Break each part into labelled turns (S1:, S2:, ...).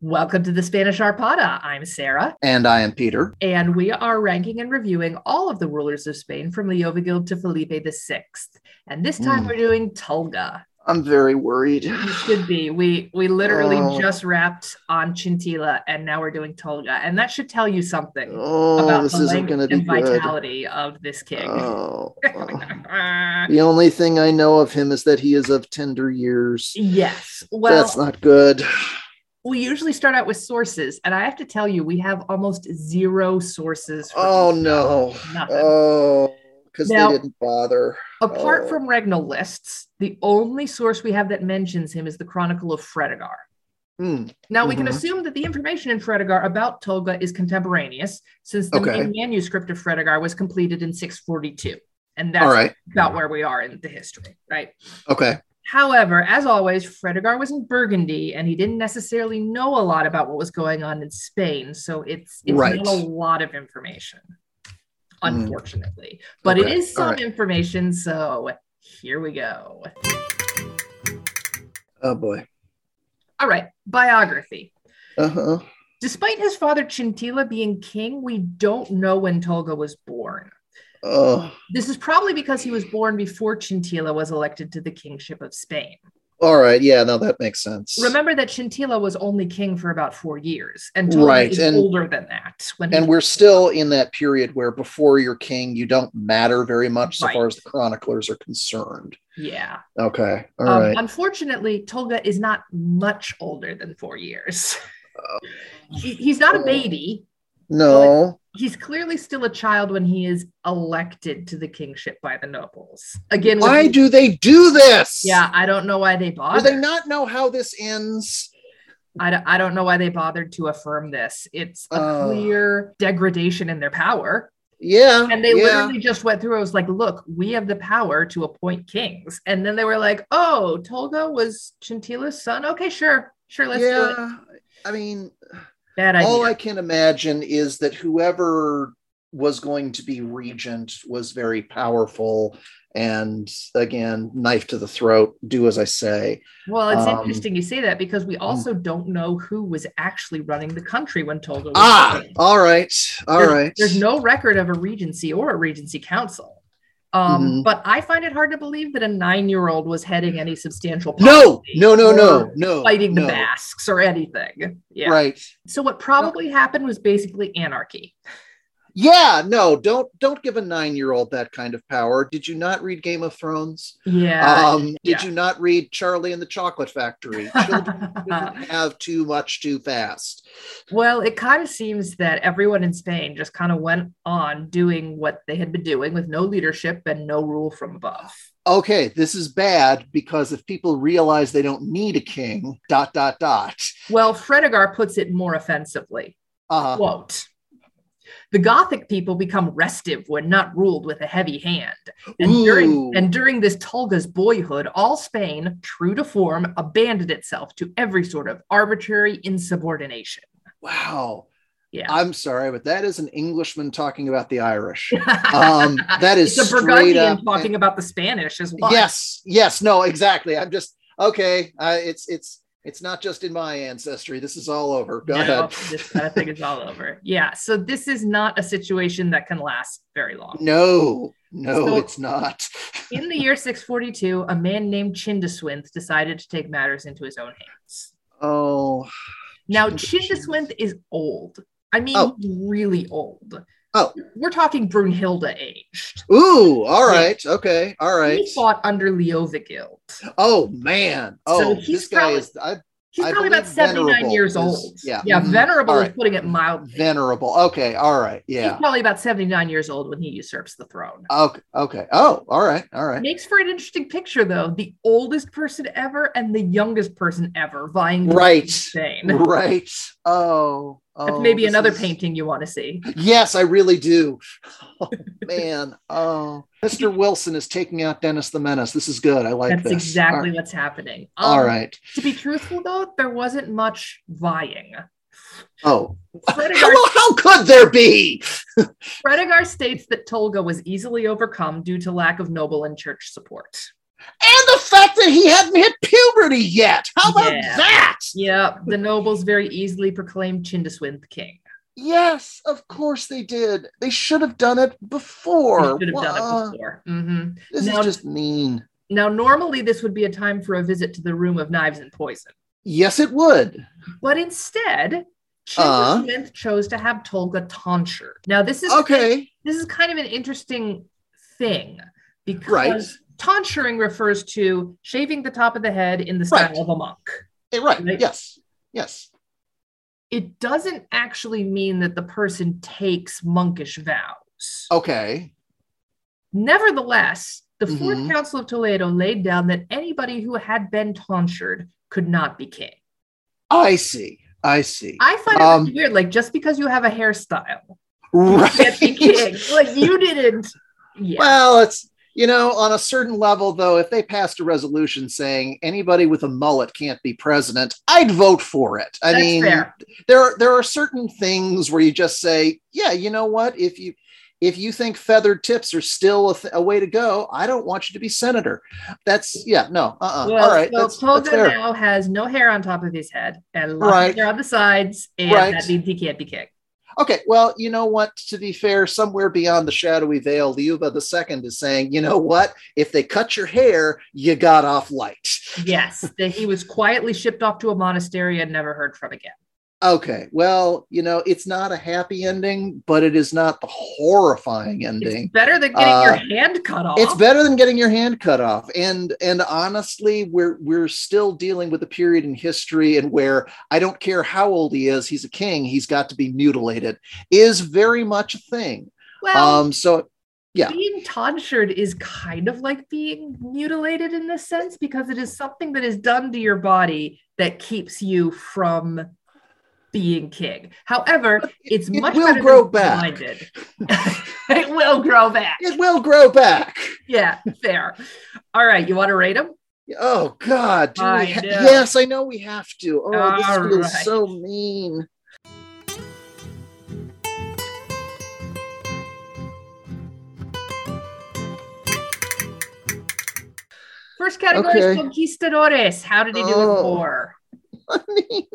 S1: Welcome to the Spanish Arpada. I'm Sarah,
S2: And I am Peter.
S1: and we are ranking and reviewing all of the rulers of Spain from Leovigild to Felipe VI. And this time
S2: Mm.
S1: we're doing Tulga.
S2: I'm very worried.
S1: You should be. We we literally
S2: Oh.
S1: just wrapped on Chintila, and now we're doing Tulga, and that should tell you something
S2: Oh,
S1: about
S2: this
S1: the
S2: isn't going to
S1: language
S2: be
S1: and
S2: good.
S1: vitality of this king.
S2: Oh. oh. the only thing I know of him is that he is of tender years.
S1: yes. Well,
S2: That's not good.
S1: we usually start out with sources, and I have to tell you, we have almost zero sources. For
S2: Oh,
S1: this.
S2: no.
S1: Nothing.
S2: Oh, because they
S1: Now-
S2: didn't bother.
S1: Apart
S2: Oh.
S1: from regnal lists, the only source we have that mentions him is the Chronicle of Fredegar.
S2: Hmm.
S1: Now, we can
S2: Mhm.
S1: assume that the information in Fredegar about Tolga is contemporaneous, since the
S2: Okay.
S1: main manuscript of Fredegar was completed in 642. And that's
S2: All right.
S1: about where we are in the history, right?
S2: Okay.
S1: However, as always, Fredegar was in Burgundy and he didn't necessarily know a lot about what was going on in Spain. So it's, it's
S2: Right.
S1: not a lot of information,
S2: Mm.
S1: unfortunately. But it
S2: Okay.
S1: is
S2: All
S1: some
S2: right.
S1: information. So here we go.
S2: Oh, boy.
S1: All right, biography.
S2: Uh huh.
S1: Despite his father Chintila being king, we don't know when Tolga was born.
S2: Oh.
S1: This is probably because he was born before Chintila was elected to the kingship of Spain.
S2: All right. Yeah. Now that makes sense.
S1: Remember that Chintila was only king for about four years, and Tolga
S2: Right,
S1: is
S2: and-
S1: older than that. When he-
S2: and we're still in that period where before you're king, you don't matter very much so far
S1: Right.
S2: as the chroniclers are concerned.
S1: yeah,
S2: Okay. all right.
S1: um, unfortunately, Tolga is not much older than four years. He- he's not a
S2: Oh.
S1: baby.
S2: No.
S1: He's clearly still a child when he is elected to the kingship by the nobles. Again, when
S2: Why
S1: he-
S2: do they do this?
S1: yeah, I don't know why they
S2: Do
S1: bother.
S2: they not know how this ends?
S1: I, d- I don't know why they bothered to affirm this. It's a
S2: Oh.
S1: clear degradation in their power.
S2: Yeah.
S1: And they
S2: yeah.
S1: literally just went through. I was like, look, we have the power to appoint kings. And then they were like, oh, Tolga was Chintila's son. Okay, sure. Sure, let's do it.
S2: yeah. I mean,
S1: Bad idea.
S2: all I can imagine is that whoever was going to be regent was very powerful and again knife to the throat do as i say
S1: well, it's
S2: um,
S1: interesting you say that because
S2: mm.
S1: we also don't know who was actually running the country when Tolga was.
S2: ah
S1: king.
S2: all right all right.
S1: there's, There's no record of a regency or a regency council. Um,
S2: Mhm.
S1: But I find it hard to believe that a nine year old was heading any substantial.
S2: no
S1: policy
S2: no no
S1: or
S2: no no
S1: Fighting
S2: no.
S1: the Basques or anything. Yeah.
S2: right
S1: So, what probably happened was basically anarchy.
S2: yeah no don't don't give a nine-year-old that kind of power did you not read game of thrones
S1: Yeah.
S2: um did
S1: yeah.
S2: you not read charlie and the chocolate factory children shouldn't have too much too fast
S1: well, it kind of seems that everyone in Spain just kind of went on doing what they had been doing with no leadership and no rule from above.
S2: okay this is bad because if people realize they don't need a king dot dot dot
S1: Well, Fredegar puts it more offensively.
S2: uh
S1: quote the gothic people become restive when not ruled with a heavy hand and
S2: Ooh.
S1: during, and during this tolga's boyhood all spain true to form abandoned itself to every sort of arbitrary insubordination
S2: wow
S1: yeah
S2: i'm sorry but that is an englishman talking about the irish um that is
S1: it's a
S2: straight
S1: burgundian
S2: up
S1: talking about the spanish as well
S2: yes yes no exactly i'm just okay uh, it's it's it's not just in my ancestry this is all over go
S1: No,
S2: ahead
S1: this kind of thing is all over yeah so this is not a situation that can last very long
S2: no no
S1: So-
S2: it's not
S1: in the year 642 a man named chindaswinth decided to take matters into his own hands
S2: oh
S1: Now,
S2: Jesus.
S1: Chindaswinth is old. I mean,
S2: Oh.
S1: he's really old.
S2: Oh.
S1: We're talking Brunhilde aged.
S2: ooh all right okay all right
S1: He fought under Leovigild.
S2: oh man oh
S1: he's
S2: this guy
S1: probably-
S2: is I,
S1: He's
S2: I
S1: probably about
S2: believe
S1: 79
S2: venerable
S1: years
S2: is-
S1: old.
S2: yeah.
S1: yeah
S2: Mhm.
S1: Venerable
S2: All
S1: is
S2: right.
S1: putting it mildly.
S2: venerable okay all right
S1: He's
S2: yeah
S1: probably about 79 years old when he usurps the throne.
S2: okay okay oh all right all right
S1: Makes for an interesting picture, though. The oldest person ever and the youngest person ever vying for
S2: Right.
S1: Spain.
S2: right oh
S1: That's
S2: oh
S1: maybe
S2: this
S1: another
S2: is-
S1: painting you want to see.
S2: Yes, I really do. Oh, man. Oh, Mr. Wilson is taking out Dennis the Menace. This is good. I like
S1: That's
S2: this.
S1: exactly what's happening.
S2: All
S1: Um,
S2: right.
S1: To be truthful, though, there wasn't much vying.
S2: Oh,
S1: Fredegar,
S2: hello. How could there be?
S1: Fredegar states that Tolga was easily overcome due to lack of noble and church support.
S2: And the fact that he hadn't hit puberty yet. How about
S1: Yeah.
S2: that?
S1: Yeah, the nobles very easily proclaimed Chindaswin king.
S2: Yes, of course they did. They should have done it before.
S1: Should have
S2: Wha-
S1: done it before. hmm
S2: This
S1: Now-
S2: is just mean.
S1: Now, normally this would be a time for a visit to the room of knives and poison,
S2: Yes, it would.
S1: but instead,
S2: Uh.
S1: Chindaswin chose to have Tolga tonsured. Now, this is
S2: Okay.
S1: this is kind of an interesting thing because
S2: Right.
S1: tonsuring refers to shaving the top of the head in the style
S2: Right.
S1: of a monk.
S2: Eh, Right.
S1: Right.
S2: Yes. Yes.
S1: It doesn't actually mean that the person takes monkish vows.
S2: Okay.
S1: Nevertheless, the Fourth
S2: Mhm.
S1: Council of Toledo laid down that anybody who had been tonsured could not be king.
S2: I see. I see.
S1: I find it
S2: Um,
S1: weird, like just because you have a hairstyle, you can't be
S2: right.
S1: king. like you didn't. Yeah.
S2: Well, it's you know, on a certain level though, if they passed a resolution saying anybody with a mullet can't be president, I'd vote for it. I
S1: That's
S2: mean,
S1: fair.
S2: there are, there are certain things where you just say, yeah, you know what? If you if you think feathered tips are still a, th- a way to go, I don't want you to be senator. That's yeah, no, uh, uh
S1: Well,
S2: all right,
S1: so
S2: that's,
S1: Tolga
S2: that's fair.
S1: now has no hair on top of his head and lots
S2: Right.
S1: of hair on the sides, and
S2: Right.
S1: that means he can't be king.
S2: Okay, well, you know what? To be fair, somewhere beyond the shadowy veil, Liuba II is saying, you know what? If they cut your hair, you got off light.
S1: Yes, that he was quietly shipped off to a monastery and never heard from again.
S2: Okay, well, you know, it's not a happy ending, but it is not the horrifying ending.
S1: It's better than getting your
S2: Uh,
S1: hand cut off.
S2: It's, better than getting your hand cut off. And and honestly, we're we're still dealing with a period in history and where I don't care how old he is, he's a king, he's got to be mutilated is very much a thing.
S1: well,
S2: um so yeah.
S1: being tonsured is kind of like being mutilated in this sense because it is something that is done to your body that keeps you from being king. However, it's
S2: it
S1: much
S2: will
S1: better
S2: grow
S1: than
S2: back.
S1: blinded. it will grow back.
S2: it will grow back.
S1: Yeah, fair. All right, you want to rate him?
S2: Oh God! do we
S1: I
S2: ha-
S1: know.
S2: yes, I know we have to. Oh, this
S1: All
S2: feels
S1: right.
S2: so mean.
S1: First category is
S2: Okay.
S1: conquistadores. How did he do in
S2: Oh.
S1: war?
S2: I mean,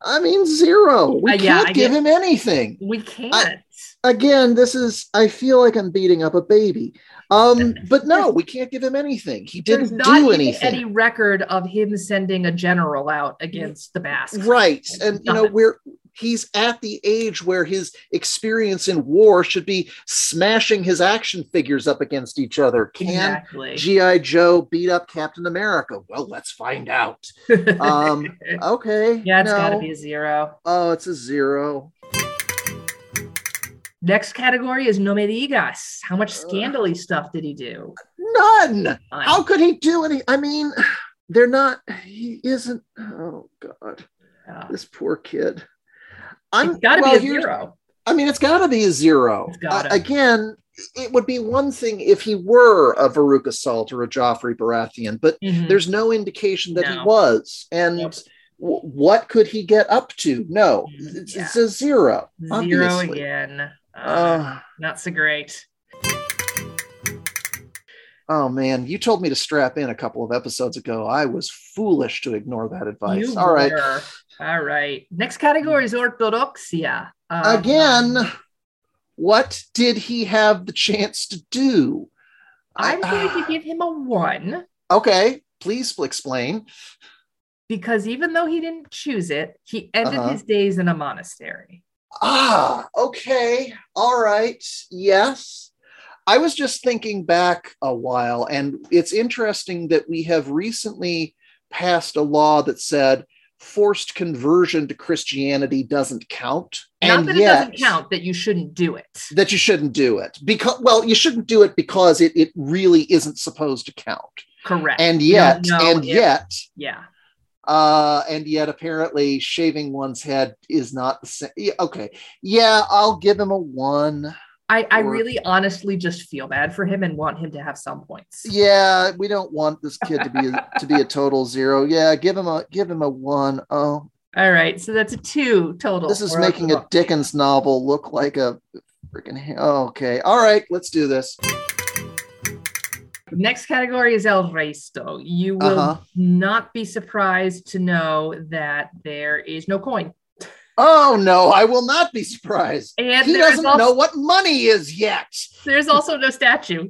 S2: I mean zero. We
S1: Uh, yeah,
S2: can't
S1: I
S2: give
S1: get-
S2: him anything.
S1: We can't.
S2: Again, this is. I feel like I'm beating up a baby. Um, but no, we can't give him anything. He
S1: There's
S2: didn't
S1: not
S2: do
S1: even
S2: anything.
S1: any record of him sending a general out against the Basques.
S2: right and you know
S1: Nothing.
S2: we're he's at the age where his experience in war should be smashing his action figures up against each other can
S1: Exactly.
S2: gi joe beat up captain america well let's find out um, okay
S1: yeah, it's
S2: no.
S1: got to be a zero.
S2: oh it's a zero
S1: Next category is no me digas. How much scandally stuff did he do?
S2: none
S1: Fine.
S2: how could he do any i mean they're not he isn't oh god
S1: Uh,
S2: this poor kid i'm
S1: it's got to
S2: well,
S1: be a
S2: here's-
S1: zero.
S2: I mean, it's got to be a 0
S1: It's gotta.
S2: Uh, again, it would be one thing if he were a Veruca Salt or a Joffrey Baratheon, but
S1: Mhm.
S2: there's no indication that
S1: No.
S2: he was. And
S1: Nope.
S2: w- what could he get up to? No,
S1: Mm,
S2: it's,
S1: yeah.
S2: it's a zero.
S1: zero
S2: obviously.
S1: again. Uh,
S2: Uh,
S1: not so great.
S2: oh man, you told me to strap in a couple of episodes ago. I was foolish to ignore that advice.
S1: You
S2: All right,
S1: were. All right. Next category is orthodoxia. Um,
S2: again, what did he have the chance to do?
S1: I'm
S2: I-
S1: going to give him a one
S2: Okay, please explain.
S1: because even though he didn't choose it, he ended
S2: Uh-huh.
S1: his days in a monastery.
S2: Ah, okay. All right. Yes. I was just thinking back a while, and it's interesting that we have recently passed a law that said forced conversion to Christianity doesn't count.
S1: Not
S2: and
S1: that
S2: yet,
S1: it doesn't count that you shouldn't do it.
S2: That you shouldn't do it. Because well, you shouldn't do it because it, it really isn't supposed to count.
S1: Correct.
S2: And yet,
S1: No, no,
S2: and
S1: it-
S2: yet,
S1: Yeah.
S2: uh and yet apparently shaving one's head is not the same yeah, okay yeah i'll give him a one
S1: I, I
S2: Or-
S1: really honestly just feel bad for him and want him to have some points.
S2: yeah we don't want this kid to be a, to be a total zero yeah give him a give him a one. Oh,
S1: All right. So that's a two total.
S2: this is
S1: for
S2: making a
S1: orthodox.
S2: dickens novel look like a freaking okay all right let's do this
S1: Next category is El Resto. You will
S2: Uh-huh.
S1: not be surprised to know that there is no coin.
S2: Oh no, I will not be surprised.
S1: And
S2: he
S1: there's
S2: doesn't know
S1: also,
S2: what money is yet.
S1: there's also no statue.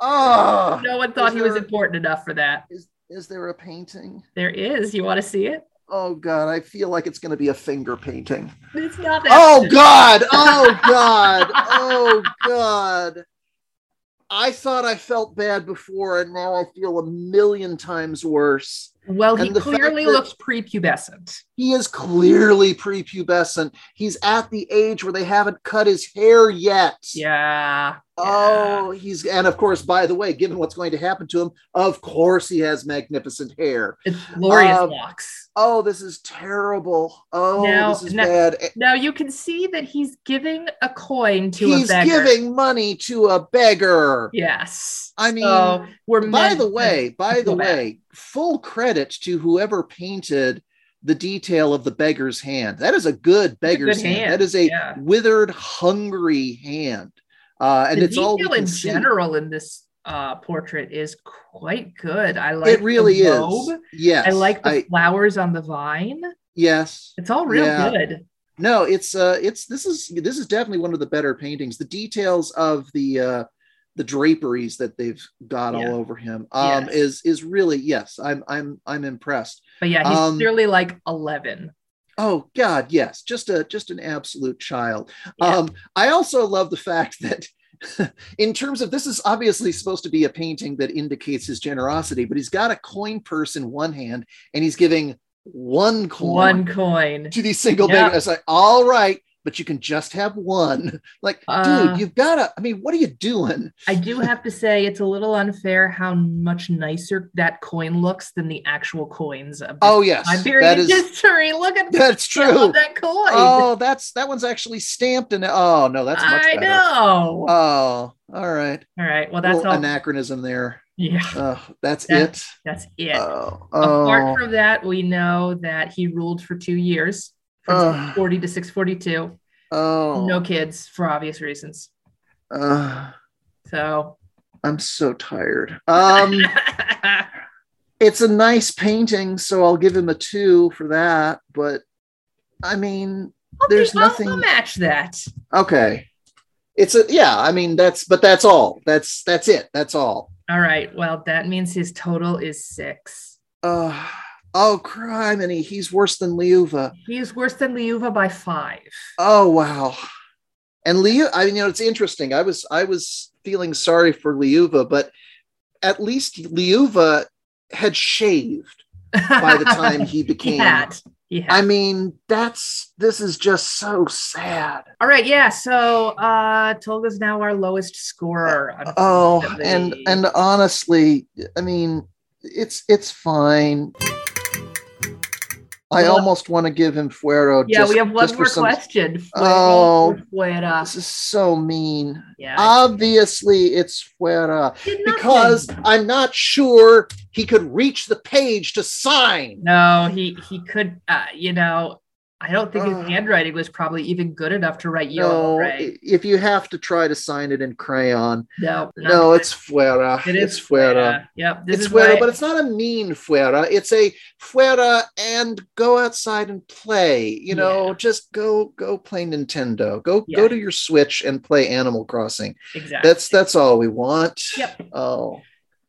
S2: Oh,
S1: No one thought he was
S2: there-
S1: important enough for that.
S2: is there a painting?
S1: There is. You want to see it?
S2: Oh god, I feel like it's going to be a finger painting.
S1: It's not that.
S2: Oh god. Oh god. Oh god. I thought I felt bad before and now I feel a million times worse.
S1: Well, he
S2: And the fact
S1: clearly
S2: that-
S1: looks prepubescent.
S2: He is clearly prepubescent. He's at the age where they haven't cut his hair yet.
S1: Yeah.
S2: Oh, he's and of course, by the way, given what's going to happen to him, of course he has magnificent hair.
S1: It's glorious
S2: Um,
S1: locks.
S2: Oh, this is terrible. Oh,
S1: Now-
S2: this is
S1: now-
S2: bad.
S1: Now you can see that he's giving a coin to
S2: He's
S1: a beggar.
S2: giving money to a beggar.
S1: Yes.
S2: I mean,
S1: so we're
S2: by
S1: meant
S2: the
S1: to-
S2: way, by the
S1: go back.
S2: way, full credit to whoever painted the detail of the beggar's hand. That is a good beggar's hand.
S1: hand,
S2: That is a
S1: yeah.
S2: withered, hungry hand. Uh, and
S1: the
S2: it's all we
S1: detail
S2: can
S1: in
S2: see.
S1: general in this uh, portrait is quite good. I like
S2: It really
S1: the
S2: is.
S1: robe.
S2: Yes.
S1: I like the
S2: I-
S1: flowers on the vine.
S2: yes.
S1: It's all real
S2: Yeah.
S1: good.
S2: No, it's uh it's this is this is definitely one of the better paintings. The details of the uh the draperies that they've got
S1: Yeah.
S2: all over him um
S1: Yes.
S2: is is really yes, I'm I'm I'm impressed.
S1: But yeah, he's
S2: Um,
S1: clearly like eleven.
S2: Oh God, yes, just a just an absolute child.
S1: Yeah.
S2: Um, I also love the fact that, in terms of this is obviously supposed to be a painting that indicates his generosity, but he's got a coin purse in one hand and he's giving one coin
S1: One coin.
S2: to these single
S1: Yeah.
S2: beggars. It's like, all right, but you can just have one. Like,
S1: Uh.
S2: dude, you've got to. I mean, what are you doing?
S1: I do have to say it's a little unfair how much nicer that coin looks than the actual coins. Of
S2: Oh yes, that
S1: Iberian
S2: is
S1: history. Look at
S2: that's
S1: I love
S2: true.
S1: that coin.
S2: Oh, that's that one's actually stamped and oh no, that's much
S1: I
S2: better.
S1: know.
S2: Oh, all right.
S1: all right. Well, Oh, that's
S2: little
S1: all.
S2: anachronism there.
S1: yeah,
S2: Oh, that's
S1: That- that's it.
S2: it. Oh,
S1: Apart
S2: oh,
S1: from that, we know that he ruled for two years, from
S2: Ugh.
S1: 640 to 642.
S2: oh.
S1: No kids for obvious reasons.
S2: Ugh,
S1: So
S2: I'm so tired. Um, it's a nice painting, so I'll give him a two for that. But I mean,
S1: I'll
S2: There's
S1: do- I'll-
S2: nothing-
S1: I'll match that.
S2: okay. It's a yeah. I mean, that's but that's all. That's that's it. That's all.
S1: All right. Well, that means his total is six.
S2: Uh, oh, crime, and he, he's worse than Liuva.
S1: He is worse than Liuva by five.
S2: Oh wow. And Liu, I mean, you know, it's interesting. I was I was feeling sorry for Liuva, but at least Liuva had shaved by the time he
S1: he
S2: became.
S1: had. He had.
S2: I mean, that's this is just so sad.
S1: All right, yeah. So uh Tolga's now our lowest scorer.
S2: Oh,
S1: unfortunately.
S2: and and honestly, I mean, it's it's fine. I
S1: Well-
S2: almost want to give him Fuero.
S1: yeah,
S2: just,
S1: we have one
S2: just for
S1: more
S2: some-
S1: question. Fuera,
S2: Oh.
S1: fuera.
S2: This is so mean.
S1: Yeah.
S2: Obviously, it's Fuera.
S1: Did nothing.
S2: because I'm not sure he could reach the page to sign.
S1: no, he he could uh, you know, I don't think his
S2: Ugh.
S1: handwriting was probably even good enough to write
S2: Uh. No,
S1: yellow, right?
S2: i- if you have to try to sign it in crayon,
S1: No, not
S2: no,
S1: good.
S2: it's fuera.
S1: It is
S2: it's fuera.
S1: Yep. This
S2: It's
S1: is why-
S2: fuera, but it's not a mean fuera. It's a fuera and go outside and play. You know, just go go play Nintendo. Go
S1: Yeah.
S2: go to your Switch and play Animal Crossing.
S1: exactly.
S2: That's that's all we want.
S1: Yep.
S2: Oh.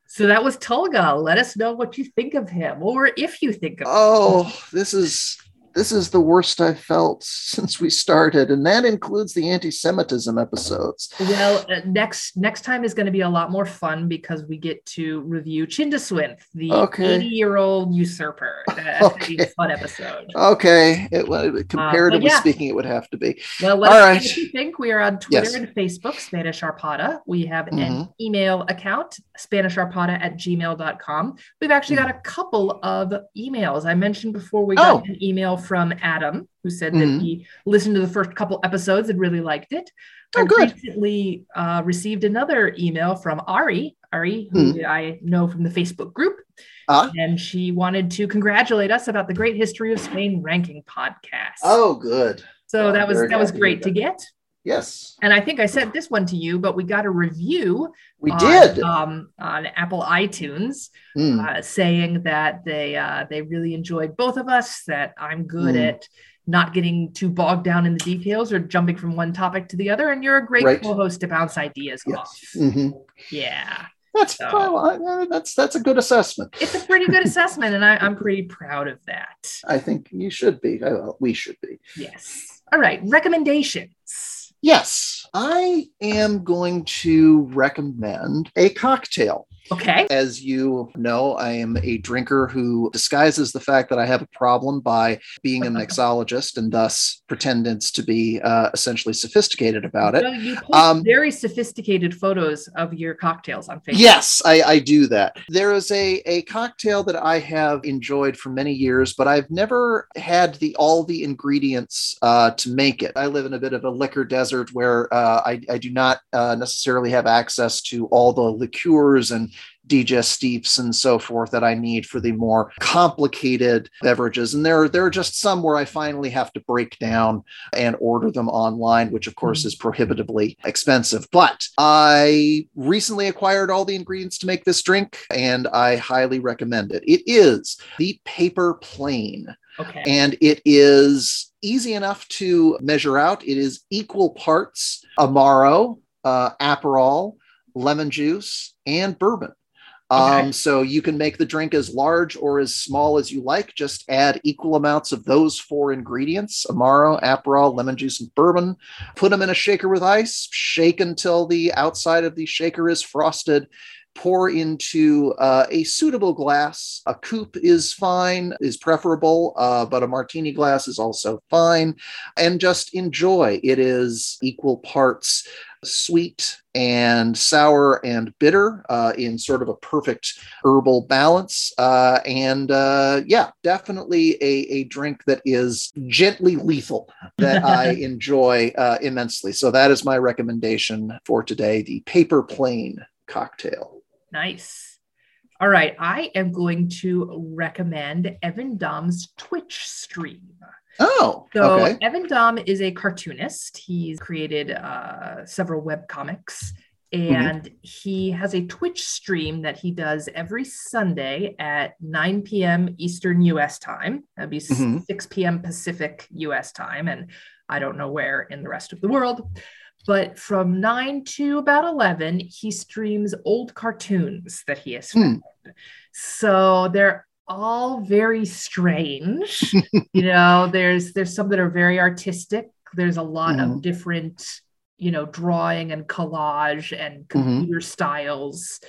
S1: so that was Tolga. Let us know what you think of him, or if you think of
S2: Oh, this is this is the worst I've felt since we started, and that includes the anti-Semitism episodes.
S1: Well, uh, next next time is going to be a lot more fun because we get to review Chindaswinth, the
S2: Okay.
S1: eighty-year-old usurper. That's going to be a
S2: Okay.
S1: fun episode.
S2: Okay, it, well, comparatively
S1: Uh, yeah.
S2: speaking, it would have to be. Oh,
S1: Well, let
S2: All
S1: us know
S2: right.
S1: what you think. We are on Twitter
S2: Yes.
S1: and Facebook, Spanish Arpada. We have an
S2: Mhm.
S1: email account, spanisharpada at gmail.com. We've actually got a couple of emails. I mentioned before we got
S2: Oh.
S1: an email from Adam, who said
S2: Mhm.
S1: that he listened to the first couple episodes and really liked it.
S2: Oh,
S1: I
S2: good.
S1: recently uh, received another email from Ari, Ari, who I know from the Facebook group.
S2: Hmm. Ah.
S1: And she wanted to congratulate us about the Great History of Spain Ranking podcast.
S2: Oh, good.
S1: So
S2: Oh,
S1: that was
S2: very
S1: that was
S2: happy with
S1: great to
S2: that.
S1: get.
S2: Yes,
S1: And I think I sent this one to you, but we got a review
S2: we
S1: on,
S2: did.
S1: um, on Apple iTunes
S2: Mm.
S1: uh, saying that they uh, they really enjoyed both of us. That I'm good
S2: Mm.
S1: at not getting too bogged down in the details or jumping from one topic to the other, and you're a great
S2: Right.
S1: co-host to bounce ideas
S2: Yes.
S1: off.
S2: Mhm.
S1: Yeah,
S2: That's
S1: So-
S2: well, I- uh, that's that's a good assessment.
S1: it's a pretty good assessment, and I, I'm pretty proud of that.
S2: I think you should be. I- well, we should be.
S1: Yes. All right. Recommendations.
S2: Yes, I am going to recommend a cocktail.
S1: Okay.
S2: As you know, I am a drinker who disguises the fact that I have a problem by being a mixologist and thus pretends to be uh, essentially sophisticated about it.
S1: So you post
S2: Um,
S1: very sophisticated photos of your cocktails on Facebook.
S2: Yes, I, I do that. There is a, a cocktail that I have enjoyed for many years, but I've never had the all the ingredients uh, to make it. I live in a bit of a liquor desert where uh, I, I do not uh, necessarily have access to all the liqueurs and digestives and so forth that I need for the more complicated beverages. And there, there are just some where I finally have to break down and order them online, which of course is prohibitively expensive. But I recently acquired all the ingredients to make this drink and I highly recommend it. It is the paper plane
S1: Okay.
S2: and it is easy enough to measure out. It is equal parts Amaro, uh, Aperol, lemon juice, and bourbon. Um,
S1: Okay.
S2: So you can make the drink as large or as small as you like. Just add equal amounts of those four ingredients Amaro, Aperol, lemon juice, and bourbon. Put them in a shaker with ice, shake until the outside of the shaker is frosted, pour into uh, a suitable glass. A coupe is fine, is preferable, uh, but a martini glass is also fine. And just enjoy. It is equal parts sweet and sour and bitter uh, in sort of a perfect herbal balance. Uh, and uh, yeah, definitely a, a drink that is gently lethal that I enjoy uh, immensely. So that is my recommendation for today the paper plane cocktail.
S1: Nice. All right. I am going to recommend Evan Dom's Twitch stream.
S2: Oh,
S1: So
S2: okay.
S1: Evan Dom is a cartoonist. He's created uh, several web comics,
S2: Mm-hmm.
S1: and he has a Twitch stream that he does every Sunday at 9 p.m. Eastern U.S. time. That'd be s-
S2: Mhm.
S1: 6 p.m. Pacific U.S. time, and I don't know where in the rest of the world. But from 9 to about 11, he streams old cartoons that he has
S2: Hmm.
S1: found. So they're all very strange you know there's there's some that are very artistic there's a lot of
S2: Mhm.
S1: different you know drawing and collage and computer styles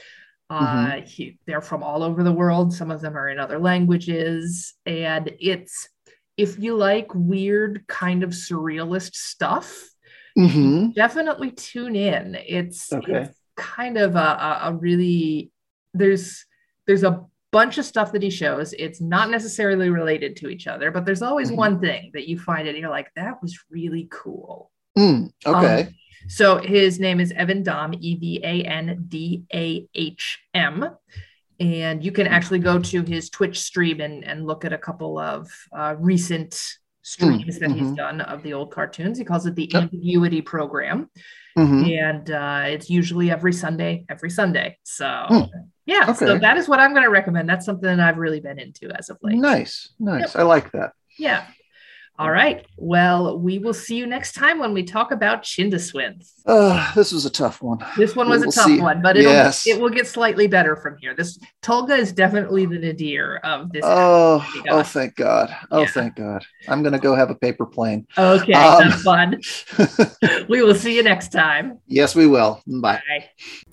S1: uh he- they're from all over the world some of them are in other languages and it's if you like weird kind of surrealist stuff
S2: Mhm.
S1: definitely tune in it's,
S2: Okay.
S1: it's kind of a, a, a really there's there's a bunch of stuff that he shows it's not necessarily related to each other but there's always
S2: Mhm.
S1: one thing that you find it and you're like that was really cool
S2: Mm, okay.
S1: Um, so his name is evan dom E e-v-a-n-d-a-h-m and you can actually go to his twitch stream and, and look at a couple of uh, recent streams that he's
S2: mhm.
S1: done of the old cartoons he calls it the
S2: Yep.
S1: ambiguity program
S2: Mhm.
S1: and uh, it's usually every Sunday, every Sunday. So
S2: Hmm.
S1: yeah, so
S2: Okay.
S1: that is what I'm going to recommend. That's something that I've really been into as of late.
S2: Nice. Nice. I like that.
S1: Yeah. All right. Well, we will see you next time when we talk about Chindaswins.
S2: Uh, this was a tough one.
S1: This one
S2: We
S1: was a
S2: will
S1: tough
S2: see.
S1: one, but it'll,
S2: Yes.
S1: it will get slightly better from here. This Tolga is definitely the nadir of this.
S2: Oh,
S1: Thank God.
S2: oh, thank God. Oh,
S1: Yeah.
S2: thank God. I'm going to go have a paper plane.
S1: okay,
S2: um,
S1: that's fun. we will see you next time.
S2: yes, we will. Bye.
S1: Bye.